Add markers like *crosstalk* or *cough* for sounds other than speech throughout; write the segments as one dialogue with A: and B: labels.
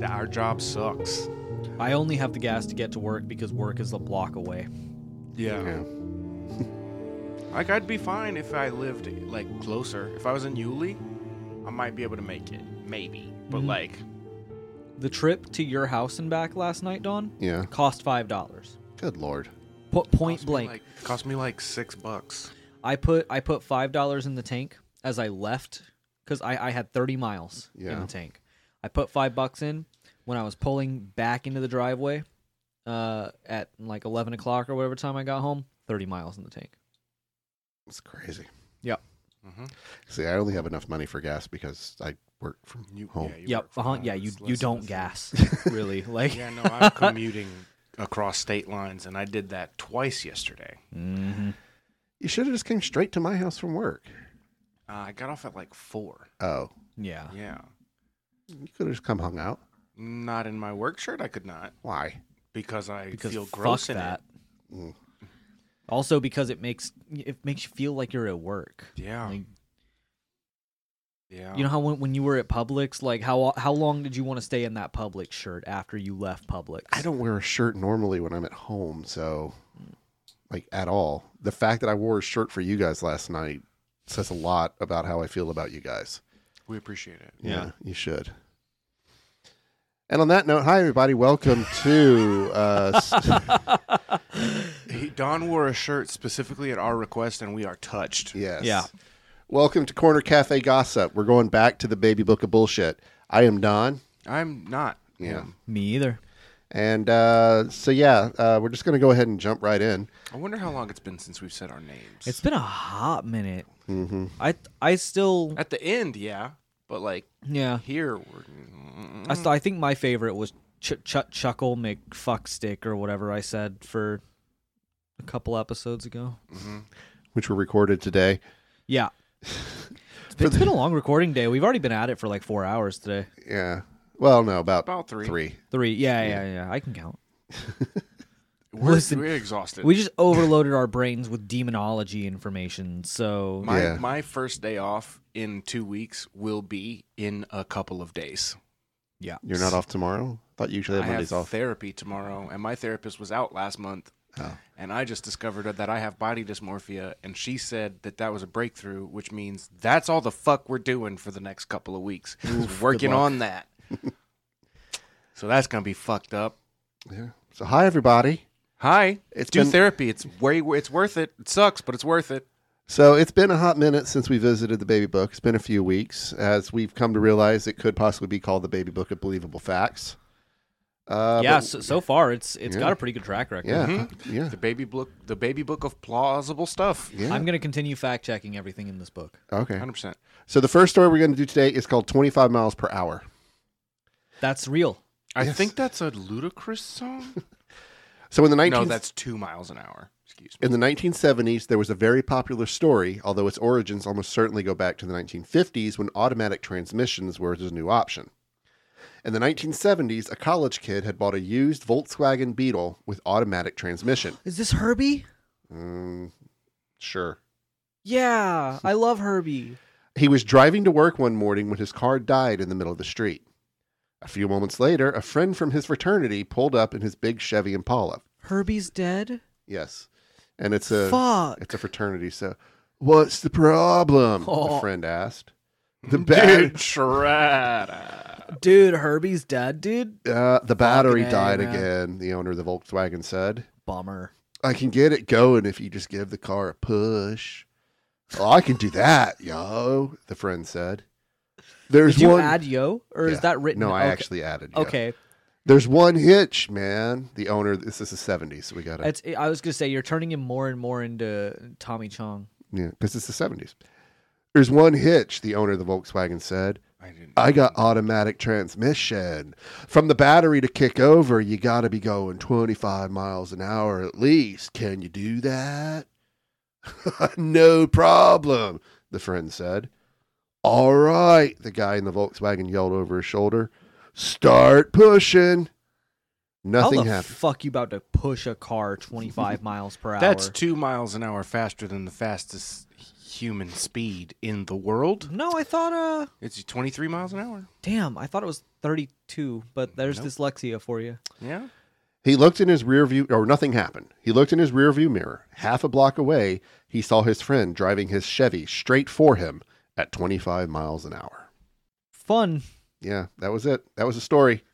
A: that our job sucks.
B: I only have the gas to get to work because work is a block away.
A: Yeah.
C: Yeah.
A: *laughs* Like I'd be fine if I lived like closer. If I was in Yulee, I might be able to make it, maybe.
B: Mm-hmm.
A: But like,
B: The trip to your house and back last night, Don,
C: Yeah.
B: cost five dollars.
C: Good lord.
B: Put point
A: cost me,
B: blank.
A: like, cost me like six bucks.
B: I put I put five dollars in the tank as I left because I, I had thirty miles in
C: Yeah.
B: the tank. I put five bucks in when I was pulling back into the driveway uh, at like eleven o'clock or whatever time I got home. Thirty miles in the tank.
C: It's crazy.
B: Yep.
C: See, I only have enough money for gas because I work from
A: You,
C: home.
A: yeah, you
B: yep.
A: work from
B: Uh-huh.
A: home,
B: Yeah. You
A: it's
B: you
A: less-
B: don't
A: less-
B: gas
A: *laughs*
B: really like.
A: Yeah, no,
B: *laughs*
A: I'm commuting across state lines, and I did that twice yesterday.
B: Mhm.
C: You should have just came straight to my house from work.
A: Uh, I got off at like four.
C: Oh,
B: Yeah.
A: Yeah,
C: you could have just come hung out.
A: not in my work shirt. I could not
C: Why?
A: because I
B: Because
A: feel
B: fuck
A: gross in
B: that.
C: Mm.
B: Also because it makes it makes you feel like you're at work.
A: it. Yeah,
B: Like,
A: yeah.
B: You know how when, when you were at Publix, like how how long did you want to stay in that Publix shirt after you left Publix?
C: I don't wear a shirt normally when I'm at home, so like at all. The fact that I wore a shirt for you guys last night says a lot about how I feel about you guys.
A: we appreciate it.
C: Yeah, you should. And on that note, hi everybody, welcome to uh, s-
A: He, Don wore a shirt specifically at our request, and we are touched.
C: yes,
B: Yeah.
C: welcome to Corner Cafe Gossip. We're going back to the baby book of bullshit. I am Don.
A: I'm not.
C: Yeah.
B: Me either.
C: And uh, so, yeah, uh, we're just going to go ahead and jump right in.
A: I wonder how long it's been since we've said our names.
B: It's been a hot minute. Mm-hmm. I I still
A: at the end, yeah, but like
B: yeah.
A: here, we're,
B: I still, I think my favorite was ch- ch- chuckle McFuckstick or whatever I said for a couple episodes ago.
C: Which were recorded today.
B: Yeah. It's been, it's been a long recording day. We've already been at it for like four hours today.
C: Yeah. Well, no, about,
A: About three.
C: Three.
B: Three. Yeah, yeah, yeah. I can count.
A: we're,
B: Listen,
A: we're exhausted.
B: We just overloaded our brains with demonology information. So
A: my
C: Yeah.
A: my first day off in two weeks will be in a couple of days.
B: yeah,
C: You're not off tomorrow? Thought you usually
A: I
C: had
A: have
C: Mondays off.
A: therapy tomorrow, and my therapist was out last month,
C: Oh.
A: and I just discovered that I have body dysmorphia, and she said that that was a breakthrough, which means that's all the fuck we're doing for the next couple of weeks, is working
C: luck.
A: on
C: *laughs*
A: that. so that's gonna be fucked up.
C: yeah. So, hi, everybody.
A: Hi,
C: It's
A: do
C: been-
A: therapy. It's way it's worth it. It sucks, but it's worth it.
C: So, it's been a hot minute since we visited the baby book. It's been a few weeks as we've come to realize it could possibly be called the baby book of believable facts. Uh,
B: yeah.
C: but-
B: So, so far, it's it's
C: Yeah.
B: got a pretty good track record.
C: yeah. Yeah.
A: The baby book, the baby book of plausible stuff.
C: Yeah.
B: I'm gonna continue fact checking everything in this book.
C: okay.
A: Hundred percent.
C: So, the first story we're going to do today is called 25 Miles Per Hour.
B: That's real.
A: I
C: Yes.
A: think that's a ludicrous
C: *laughs*
A: song.
C: So, in the 19th
A: no, that's two miles an hour. Excuse me.
C: In the 1970s, there was a very popular story, although its origins almost certainly go back to the 1950s when automatic transmissions were the new option. In the 1970s, a college kid had bought a used Volkswagen Beetle with automatic transmission.
B: Is this Herbie?
C: Mm, sure.
B: Yeah, I love Herbie.
C: He was driving to work one morning when his car died in the middle of the street. A few moments later, a friend from his fraternity pulled up in his big Chevy Impala.
B: Herbie's dead.
C: Yes. And it's a
B: Fuck.
C: It's a fraternity, so what's the problem?
B: Oh.
C: A friend asked.
A: *laughs*
C: The bat-
A: Strata.
B: Dude, Herbie's dead. Dude,
C: uh, the battery
B: A,
C: died
B: man.
C: again, the owner of the Volkswagen said.
B: bummer.
C: I can get it going if you just give the car a push. Oh, I can do that, yo, the friend said. There's
B: Did you
C: one
B: add yo, or
C: Yeah.
B: is that written?
C: No, I
B: okay.
C: actually added. yeah.
B: Okay,
C: There's one hitch, man. The owner this is the 70s, so we got to
B: it's, I was gonna say you're turning him more and more into Tommy Chong.
C: Yeah, cuz it's the 70s. There's one hitch, the owner of the Volkswagen said.
A: I didn't.
C: I got automatic transmission. From the battery to kick over, you got to be going 25 miles an hour at least. Can you do that? *laughs* no problem, the friend said. All right, the guy in the Volkswagen yelled over his shoulder. Start pushing. Nothing
B: How the
C: happened.
B: fuck you about to
C: *laughs*
B: push a car 25 miles per hour?
A: That's two miles an hour faster than the fastest human speed in the world.
B: No, I thought uh
A: It's 23 miles an hour.
B: damn, I thought it was 32, but there's
A: Nope.
B: dyslexia for you.
A: Yeah.
C: He looked in his rear view, or nothing happened. He looked in his rear view mirror. Half a block away, he saw his friend driving his Chevy straight for him at 25 miles an hour.
B: Fun.
C: Yeah, that was it. That was the story.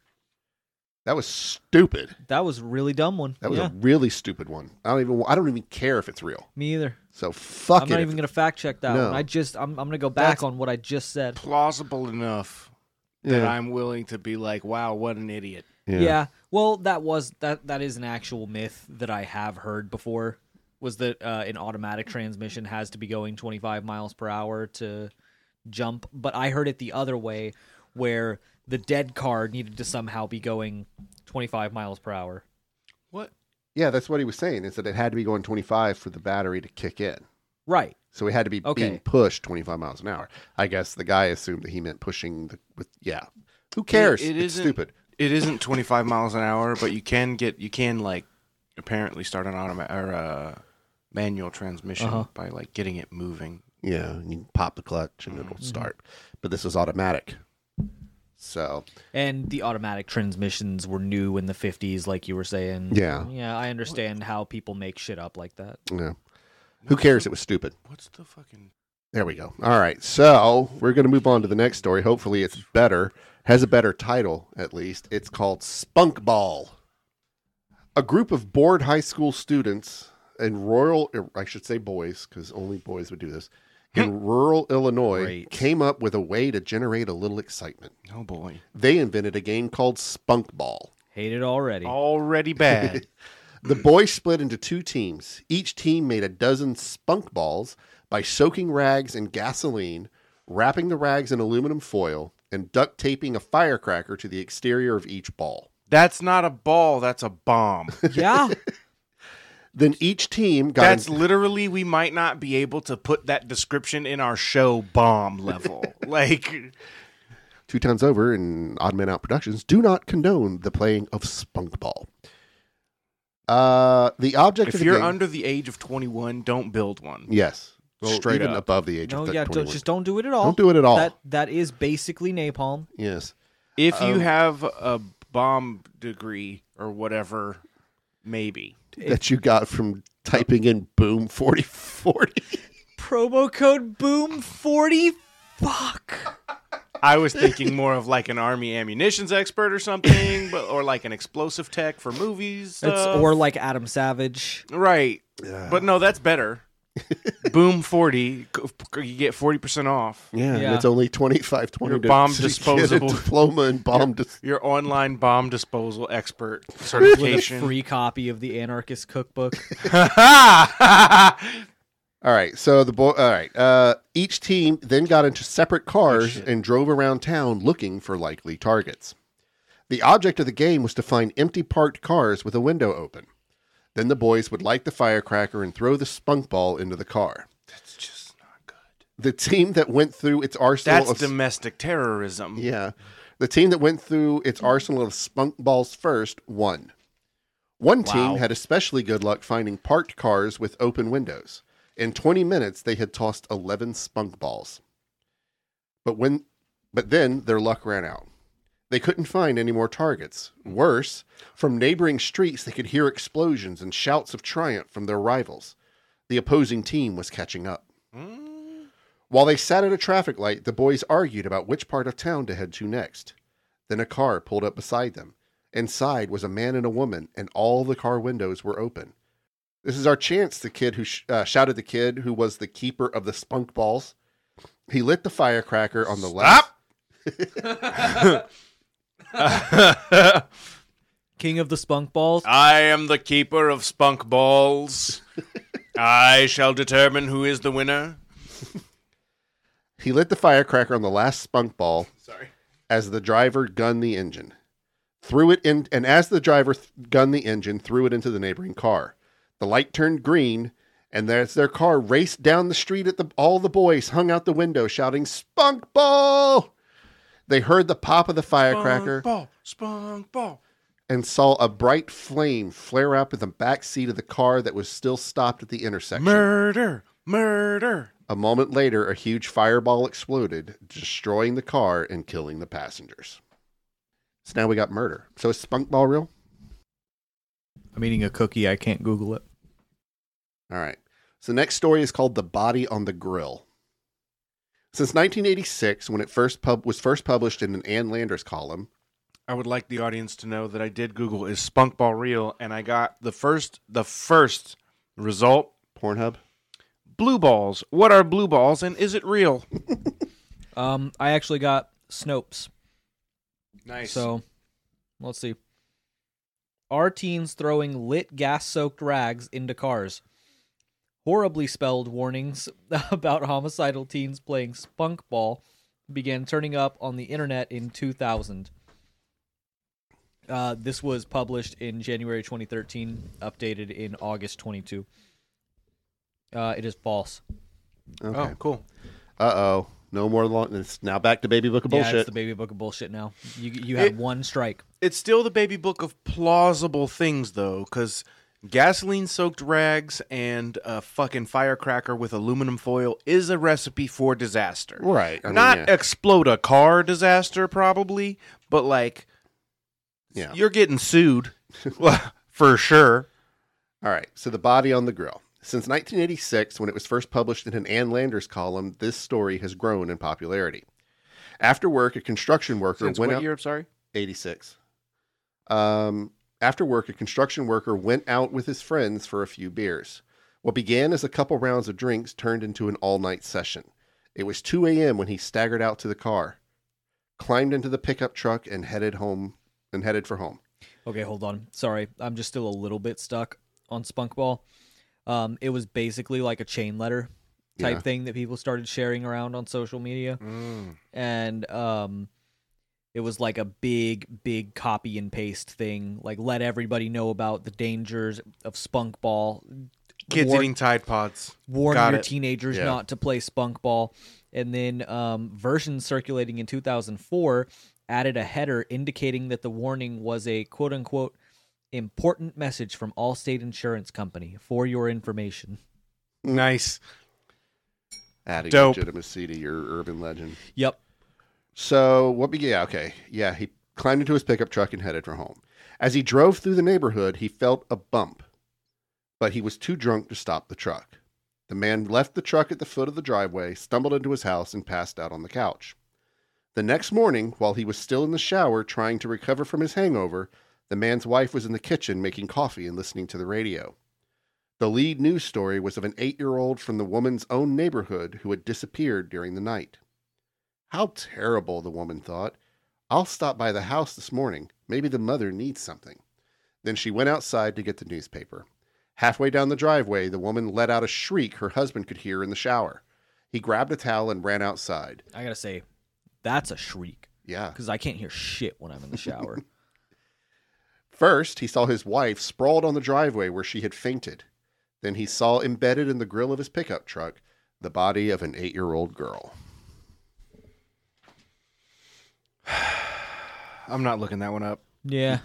C: That was stupid.
B: That was a really dumb one.
C: That was
B: yeah,
C: a really stupid one. I don't even. I don't even care if it's real.
B: me either.
C: So fuck
B: I'm
C: it.
B: not
C: if
B: even gonna fact check that
C: No.
B: one. I just I'm I'm gonna go back
A: That's-
B: on what I just said.
A: Plausible enough
C: it-
A: that I'm willing to be like, wow, what an idiot.
B: Yeah. Well, that was that that is an actual myth that I have heard before. Was that uh, an automatic transmission has to be going 25 miles per hour to jump? But I heard it the other way, where the dead car needed to somehow be going 25 miles per hour.
A: What?
C: Yeah, that's what he was saying. Is that it had to be going 25 for the battery to kick in.
B: Right.
C: So it had to be
B: Okay.
C: being pushed 25 miles an hour. I guess the guy assumed that he meant pushing the with yeah. Who cares?
A: it
C: it's
A: isn't-
C: stupid.
A: It isn't 25 miles an hour, but you can get, you can like apparently start an automatic or uh, manual transmission
B: Uh-huh.
A: by like getting it moving.
C: Yeah, and you pop the clutch and
B: Mm-hmm.
C: it'll start. But this is automatic. So
B: And the automatic transmissions were new in the 50s, like you were saying.
C: Yeah.
B: Yeah. I understand how people make shit up like that.
C: yeah. Who cares? It was stupid.
A: What's the fucking.
C: There we go. All right. So we're gonna move on to the next story. Hopefully it's better. Has a better title at least. It's called Spunk Ball. A group of bored high school students in rural, I should say boys, because only boys would do this, in rural Illinois
B: Great.
C: came up with a way to generate a little excitement.
A: Oh boy.
C: They invented a game called Spunk Ball.
B: Hate it already.
A: Already bad.
C: The boys split into two teams. Each team made a dozen spunk balls by soaking rags in gasoline, wrapping the rags in aluminum foil, and duct taping a firecracker to the exterior of each ball.
A: that's not a ball, that's a bomb.
B: Yeah.
C: Then each team *laughs* got
A: That's
C: an-
A: literally we might not be able to put that description in our show bomb
C: *laughs*
A: level. like
C: two times over in Odd Man Out Productions do not condone the playing of spunk ball. Uh, the object
A: if
C: of the
A: you're
C: game-
A: under the age of 21, don't build one.
C: yes,
A: Well,
C: straight
A: even
C: up. above the age
B: no,
C: of
B: yeah.
C: 21.
B: Don't, just don't do it at all.
C: Don't do it at all.
B: That that is basically napalm.
C: yes.
A: If
C: um,
A: you have a bomb degree or whatever, maybe.
C: that you got from typing in boom 4040.
B: Promo code boom forty. Fuck.
A: I was
C: *laughs*
A: thinking more of like an army ammunitions expert or something, but or like an explosive tech for movies.
B: It's
A: stuff.
B: or like Adam Savage.
A: right. But no, that's
C: *laughs*
A: better. Boom 40, c- c- you get 40% off.
C: Yeah, and
B: Yeah.
C: it's only 25 20
A: Your
C: to-
A: bomb
C: to get a
A: disposable.
C: *laughs* diploma and bomb dis-
A: Your online bomb disposal expert
B: With a
A: certification.
B: free copy of the Anarchist Cookbook.
C: All right, so the boy all right. Uh each team then got into separate cars and drove around town looking for likely targets. The object of the game was to find empty parked cars with a window open. Then the boys would light the firecracker and throw the spunk ball into the car.
A: That's just not good.
C: The team that went through its arsenal
A: That's
C: of
A: domestic terrorism.
C: Yeah. The team that went through its arsenal of spunk balls first won. One
A: Wow.
C: team had especially good luck finding parked cars with open windows. In 20 minutes, they had tossed 11 spunk balls. But when but then their luck ran out. They couldn't find any more targets. Worse, from neighboring streets they could hear explosions and shouts of triumph from their rivals. The opposing team was catching up. While they sat at a traffic light, the boys argued about which part of town to head to next. Then a car pulled up beside them. Inside was a man and a woman, and all the car windows were open. This is our chance, the kid who sh- uh, shouted the kid who was the keeper of the spunk balls. He lit the firecracker on the left.
B: King of the Spunk Balls.
A: *laughs* I am the keeper of spunk
B: *laughs*
A: balls. I shall determine who is the winner.
C: He lit the firecracker on the last spunk ball
A: *laughs* Sorry.
C: as the driver gunned the engine. Threw it in, and as the driver th- gunned the engine, threw it into the neighboring car. The light turned green, and as their car raced down the street, at the all the boys hung out the window shouting "Spunk ball!" They heard the pop of the firecracker
A: Spunk ball, spunk ball.
C: and saw a bright flame flare up in the back seat of the car that was still stopped at the intersection.
A: Murder, murder.
C: A moment later, a huge fireball exploded, destroying the car and killing the passengers. So now we got murder. So is Spunkball real?
D: I'm eating a cookie. I can't Google it.
C: All right. So the next story is called The Body on the Grill. Since 1986, when it first pub- was first published in an Ann Landers column,
A: I would like the audience to know that I did Google is Spunkball real, and I got the first the first result
C: Pornhub.
A: blue balls. What are blue balls, and is it real?
B: Um, I actually got Snopes.
A: Nice.
B: So let's see. Are teens throwing lit gas soaked rags into cars? Horribly spelled warnings *laughs* about homicidal teens playing spunk ball began turning up on the internet in 2000. Uh, this was published in January 2013, updated in August 22. Uh, it is false.
C: Okay.
A: oh, cool.
C: Uh oh. No more long. It's now back to baby book of bullshit.
B: Yeah, it's the baby book of bullshit now. You you had
A: It-
B: one strike.
A: It's still the baby book of plausible things, though, because gasoline soaked rags and a fucking firecracker with aluminum foil is a recipe for disaster.
C: right. I mean,
A: Not
C: yeah.
A: explode a car disaster, probably, but like,
C: Yeah.
A: you're getting sued *laughs* for sure.
C: All right. So the body on the grill. Since 1986, when it was first published in an Ann Landers column, this story has grown in popularity. After work, a construction worker
A: Since
C: went
A: what
C: out.
A: year? I'm sorry.
C: 86. Um, after work, a construction worker went out with his friends for a few beers. What began as a couple rounds of drinks turned into an all night session. It was 2 a.m. when he staggered out to the car, climbed into the pickup truck, and headed home and headed for home.
B: Okay, hold on. Sorry, I'm just still a little bit stuck on Spunkball. Um, it was basically like a chain letter type
C: Yeah.
B: thing that people started sharing around on social media, and um, it was like a big, big copy and paste thing. Like, let everybody know about the dangers of Spunkball.
A: Kids
B: Warn-
A: eating Tide Pods.
B: warn
A: Got
B: your
A: it.
B: teenagers
C: Yeah.
B: not to play spunk ball and then um, versions circulating in 2004 added a header indicating that the warning was a quote unquote important message from allstate insurance company for your information
A: Nice.
C: Adding
A: Dope.
C: legitimacy to your urban legend.
B: yep
C: So what? Be, yeah, okay, yeah. He climbed into his pickup truck and headed for home. As he drove through the neighborhood, he felt a bump, but he was too drunk to stop the truck. The man left the truck at the foot of the driveway, stumbled into his house, and passed out on the couch. The next morning, while he was still in the shower trying to recover from his hangover, the man's wife was in the kitchen making coffee and listening to the radio. The lead news story was of an eight year old from the woman's own neighborhood who had disappeared during the night. How terrible, the woman thought. I'll stop by the house this morning. Maybe the mother needs something. Then she went outside to get the newspaper. Halfway down the driveway, the woman let out a shriek her husband could hear in the shower. He grabbed a towel and ran outside.
B: i gotta say that's a shriek
C: Yeah.
B: because i can't hear shit when i'm in the *laughs* shower
C: First, he saw his wife sprawled on the driveway where she had fainted. Then he saw embedded in the grill of his pickup truck the body of an eight year old girl.
A: I'm not looking that one up.
B: yeah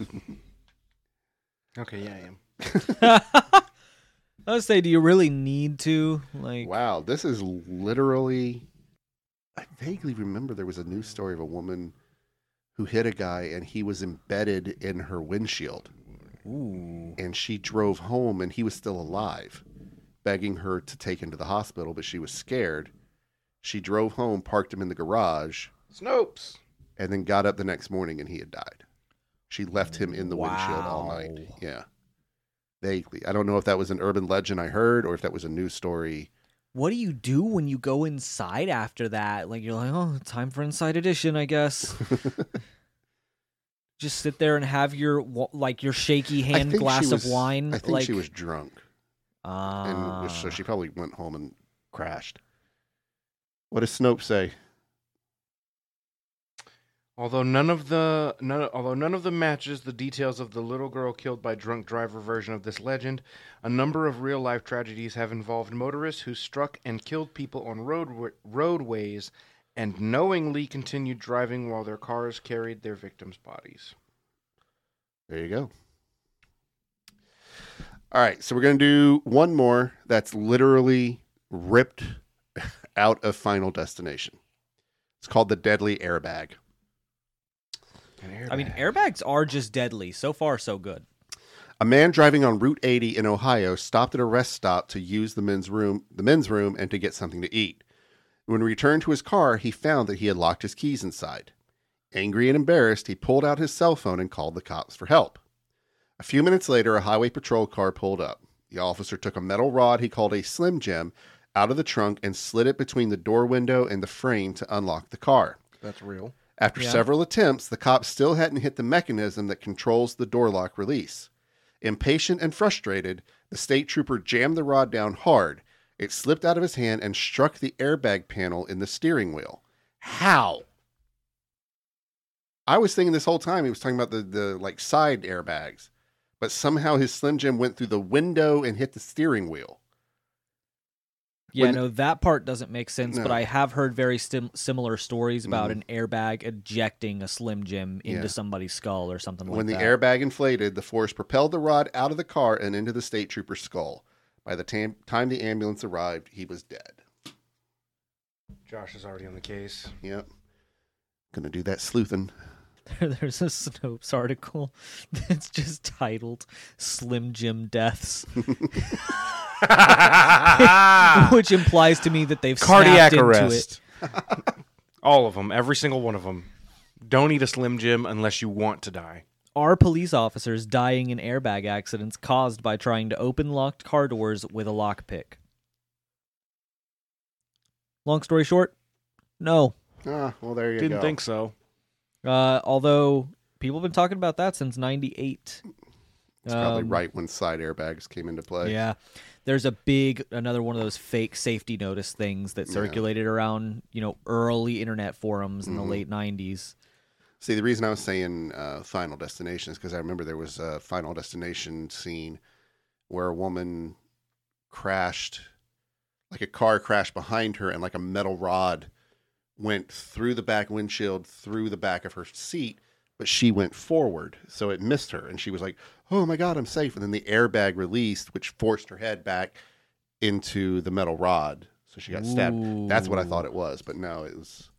A: Okay, yeah, I am.
B: i would say do you really need to like
C: Wow, this is literally. I vaguely remember there was a news story of a woman who hit a guy and he was embedded in her windshield.
B: ooh
C: And she drove home and he was still alive, begging her to take him to the hospital, but she was scared. She drove home, parked him in the garage,
A: Snopes.
C: and then got up the next morning and he had died. She left him in the windshield all
B: Wow.
C: night. Yeah. Vaguely. I don't know if that was an urban legend I heard or if that was a news story. *laughs*
B: what do you do when you go inside after that? Like you're like, oh, time for Inside Edition, I guess. Just sit there and have your wa- like your shaky
C: I
B: hand
C: think she
B: glass
C: was-
B: of wine.
C: I think
B: like,
C: she was drunk. and
B: Ah.
C: was- so she probably went home and crashed. What does Snope say?
A: Although none of the none, although none of the matches the details of the little girl killed by drunk driver version of this legend, a number of real life tragedies have involved motorists who struck and killed people on road roadways and knowingly continued driving while their cars carried their victims' bodies.
C: There you go. All right, so we're gonna do one more that's literally ripped *laughs* out of Final Destination. It's called the Deadly Airbag.
B: I mean, airbags are just deadly. So far, so good.
C: A man driving on Route 80 in Ohio stopped at a rest stop to use the men's room, the men's room, and to get something to eat. When he returned to his car, he found that he had locked his keys inside. Angry and embarrassed, he pulled out his cell phone and called the cops for help. A few minutes later, a highway patrol car pulled up. The officer took a metal rod he called a Slim Jim out of the trunk and slid it between the door window and the frame to unlock the car.
A: That's real.
C: After
B: Yeah.
C: several attempts, the cops still hadn't hit the mechanism that controls the door lock release. Impatient and frustrated, the state trooper jammed the rod down hard. It slipped out of his hand and struck the airbag panel in the steering wheel. How? I was thinking this whole time he was talking about the, the like side airbags, but somehow his Slim Jim went through the window and hit the steering wheel.
B: Yeah,
C: When-
B: no, that part doesn't make sense. But
C: No.
B: I have heard very stim- similar stories about
C: Mhm.
B: an airbag ejecting a Slim Jim into
C: Yeah.
B: somebody's skull or something
C: When the
B: like that.
C: airbag inflated, the force propelled the rod out of the car and into the state trooper's skull. By the tam- time the ambulance arrived, he was dead.
A: Josh is already on the case.
B: *laughs*
A: *laughs*
C: Yep. Gonna do that sleuthing.
B: *laughs* There's a Snopes article *laughs* that's just titled "Slim Jim Deaths,"
C: Ah.
B: *laughs* which implies to me that
A: *laughs*
B: they've
A: Cardiac
B: snapped into it.
A: arrest. *laughs* All of them. Every single one of them. Don't eat a Slim Jim unless you want to die.
B: Are police officers dying in airbag accidents caused by trying to open locked car doors with a lockpick? Long story short, no.
C: Ah, well, there you
A: Didn't
C: go.
A: think so.
B: Uh, although people have been talking about that since '98.
C: It's probably
A: um,
C: right when side airbags came into play.
B: Yeah, there's a big another one of those fake safety notice things that
C: Yeah.
B: circulated around you know early internet forums in
C: Mhm.
B: the late '90s.
C: See, the reason I was saying uh, Final Destination is because I remember there was a Final Destination scene where a woman crashed, like a car crashed behind her, and like a metal rod went through the back windshield, through the back of her seat, but she went forward. So it missed her. And she was like, oh my God, I'm safe. And then the airbag released, which forced her head back into the metal rod. So she got stabbed. That's what I
B: Ooh.
C: thought it was. But no, it was.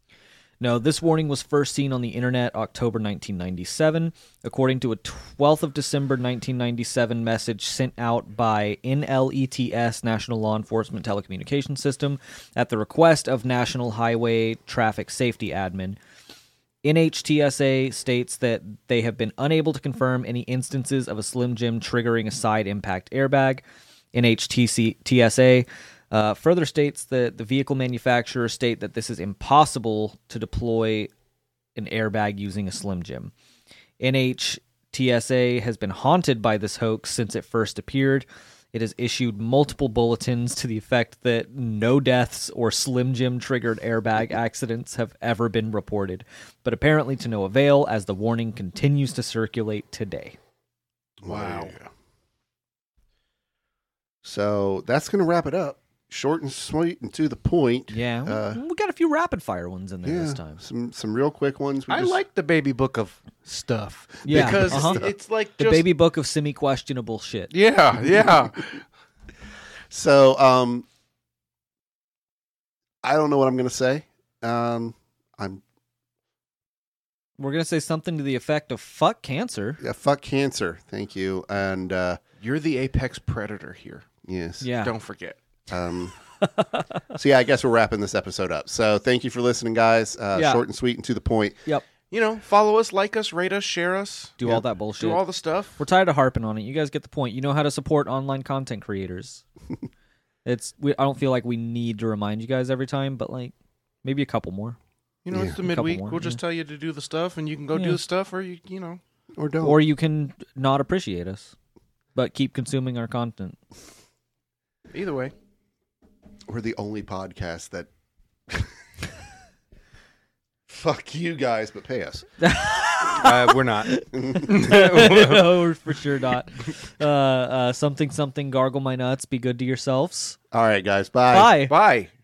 B: No, this warning was first seen on the internet October 1997, according to a 12th of December 1997 message sent out by NLETS National Law Enforcement Telecommunication System at the request of National Highway Traffic Safety Admin. NHTSA states that they have been unable to confirm any instances of a Slim Jim triggering a side impact airbag. NHTSA uh, further states that the vehicle manufacturers state that this is impossible to deploy an airbag using a Slim Jim. NHTSA has been haunted by this hoax since it first appeared. It has issued multiple bulletins to the effect that no deaths or Slim Jim triggered airbag accidents have ever been reported, but apparently to no avail as the warning continues to circulate today.
A: Wow.
C: Yeah. So that's going to wrap it up. Short and sweet and to the point.
B: Yeah, we,
C: Uh,
B: we got a few rapid fire ones in there
C: yeah.
B: this time.
C: Some some real quick ones. We
A: I
C: just-
A: like the baby book of stuff.
B: Yeah,
A: Because
B: uh-huh.
A: it's like
B: The
A: just.
B: baby book of semi questionable shit.
A: Yeah, yeah.
B: *laughs*
C: So um, I don't know what I'm going to say. Um, I'm
B: We're gonna say something to the effect of "fuck cancer."
C: yeah, fuck cancer. Thank you. And uh,
A: You're the apex predator here.
C: yes.
B: Yeah,
A: Don't forget.
B: *laughs*
C: Um, so yeah, I guess we're wrapping this episode up. So thank you for listening, guys. Uh,
B: Yeah.
C: Short and sweet and to the point.
A: You know, follow us, like us, rate us, share us.
B: do all that bullshit.
A: Do all the stuff.
B: We're tired of harping on it. You guys get the point. You know how to support online content creators. it's we, I don't feel like we need to remind you guys every time, but like maybe a couple more.
A: You know,
C: Yeah.
A: it's the
B: Couple
A: midweek.
B: more,
A: we'll just
B: yeah.
A: tell you to do the stuff, and you can go
B: Yeah.
A: do the stuff, or you, you know,
C: Or don't.
B: Or you can not appreciate us, but keep consuming our content. *laughs*
A: either way.
C: we're the only podcast that *laughs* fuck you guys but pay us
A: Uh, we're not.
B: no, we're for sure not. Uh, uh, something something gargle my nuts. Be good to yourselves.
C: all right guys bye
B: Bye.
A: *laughs* Bye.